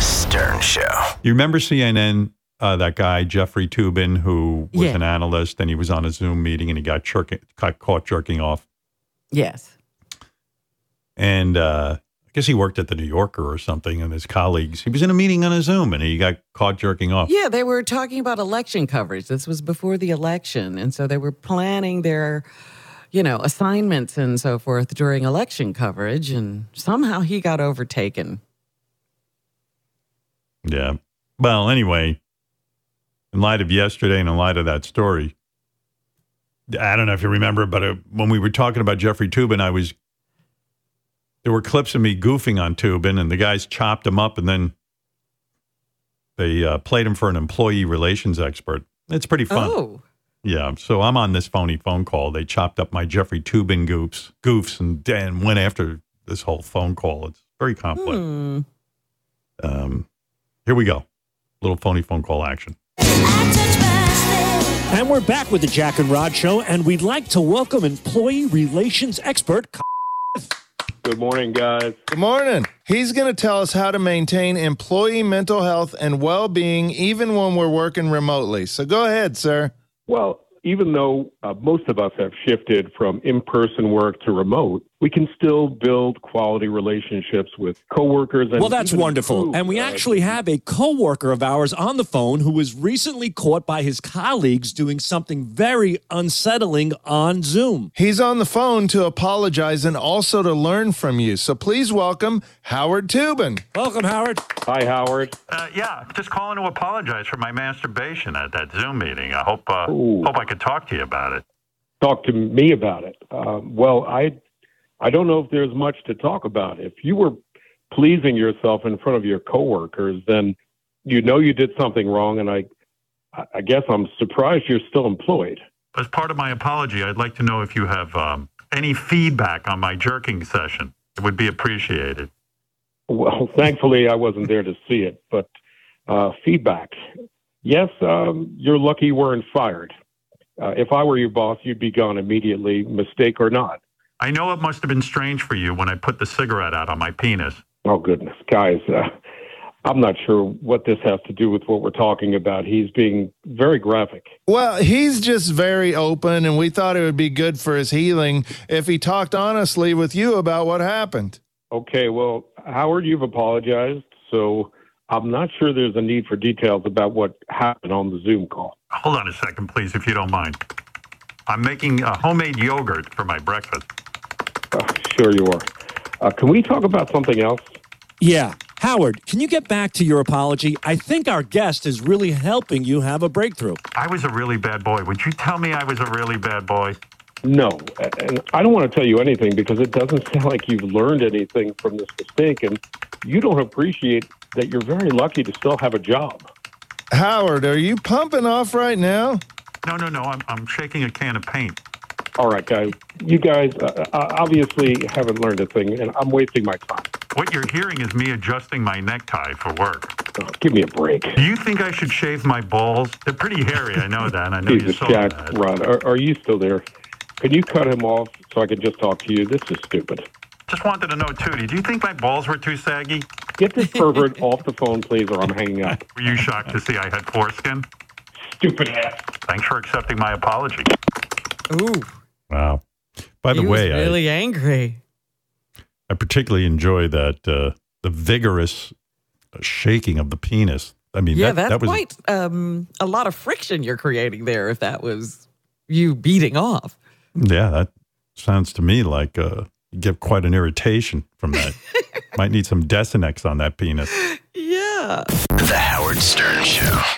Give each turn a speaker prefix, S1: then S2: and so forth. S1: Stern Show.
S2: You remember CNN? Uh, that guy Jeffrey Tubin, who was
S3: Yeah.
S2: an analyst, and he was on a Zoom meeting, and he got jerking, got caught jerking off.
S3: Yes.
S2: And uh, I guess he worked at the New Yorker or something, and his colleagues. He was in a meeting on a Zoom, and he got caught jerking off.
S3: Yeah, they were talking about election coverage. This was before the election. And so they were planning their, you know, assignments and so forth during election coverage. And somehow he got overtaken.
S2: Yeah. Well, anyway, in light of yesterday and in light of that story, I don't know if you remember, but uh, when we were talking about Jeffrey Tubin, I was there were clips of me goofing on Tubin, and the guys chopped him up, and then they uh, played him for an employee relations expert. It's pretty fun.
S3: Oh,
S2: Yeah. So I'm on this phony phone call. They chopped up my Jeffrey Tubin goofs, goofs, and then went after this whole phone call. It's very complex.
S3: hmm.
S2: Um, here we go. Little phony phone call action.
S4: And we're back with the Jack and Rod Show, and we'd like to welcome employee relations expert.
S5: Good morning, guys.
S6: Good morning. He's going to tell us how to maintain employee mental health and well being even when we're working remotely. So go ahead, sir.
S5: Well, even though uh, most of us have shifted from in person work to remote, we can still build quality relationships with coworkers. And
S4: Well, that's
S5: even
S4: wonderful.
S5: improve,
S4: And we
S5: uh,
S4: actually have a coworker of ours on the phone who was recently caught by his colleagues doing something very unsettling on Zoom.
S6: He's on the phone to apologize and also to learn from you. So please welcome Howard Tubin.
S4: Welcome, Howard.
S5: Hi, Howard.
S2: Uh, yeah, just calling to apologize for my masturbation at that Zoom meeting. I hope uh,
S5: Ooh.
S2: hope I could talk to you about it.
S5: Talk to me about it. Um, well, I, I don't know if there's much to talk about. If you were pleasing yourself in front of your coworkers, then you know you did something wrong. And I, I- I guess I'm surprised you're still employed.
S2: As part of my apology, I'd like to know if you have um, any feedback on my jerking session. It would be appreciated.
S5: Well, thankfully, I wasn't there to see it, but uh, feedback. Yes, um, you're lucky you weren't fired. Uh, if I were your boss, you'd be gone immediately, mistake or not.
S2: I know it must have been strange for you when I put the cigarette out on my penis.
S5: Oh, goodness. Guys, uh, I'm not sure what this has to do with what we're talking about. He's being very graphic.
S6: Well, he's just very open, and we thought it would be good for his healing if he talked honestly with you about what happened.
S5: Okay, well, Howard, you've apologized, so I'm not sure there's a need for details about what happened on the Zoom call.
S2: Hold on a second, please, if you don't mind. I'm making a homemade yogurt for my breakfast.
S5: Uh, sure, you are. Uh, can we talk about something else?
S4: Yeah. Howard, can you get back to your apology? I think our guest is really helping you have a breakthrough.
S2: I was a really bad boy. Would you tell me I was a really bad boy?
S5: No, and I don't want to tell you anything because it doesn't sound like you've learned anything from this mistake, and you don't appreciate that you're very lucky to still have a job.
S6: Howard, are you pumping off right now?
S2: No, no, no. I'm, I'm shaking a can of paint.
S5: All right, guys, you guys uh, uh, obviously haven't learned a thing, and I'm wasting my time.
S2: What you're hearing is me adjusting my necktie for work.
S5: Oh, give me a break.
S2: Do you think I should shave my balls? They're pretty hairy. I know that. I know you
S5: Jesus,
S2: saw
S5: Jack,
S2: that.
S5: Rod, are, are you still there? Can you cut him off so I can just talk to you? This is stupid.
S2: Just wanted to know, too. Do you think my balls were too saggy?
S5: Get this pervert off the phone, please, or I'm hanging up.
S2: Were you shocked to see I had foreskin?
S5: Stupid ass.
S2: Thanks for accepting my apology.
S3: Ooh.
S2: Wow. By the
S3: he
S2: way,
S3: was really angry.
S2: I, I particularly enjoy that uh, the vigorous shaking of the penis. I mean,
S3: Yeah,
S2: that,
S3: that's
S2: that was
S3: quite um, a lot of friction you're creating there if that was you beating off.
S2: Yeah, that sounds to me like uh, you get quite an irritation from that. Might need some Desinex on that penis.
S3: Yeah.
S1: The Howard Stern Show.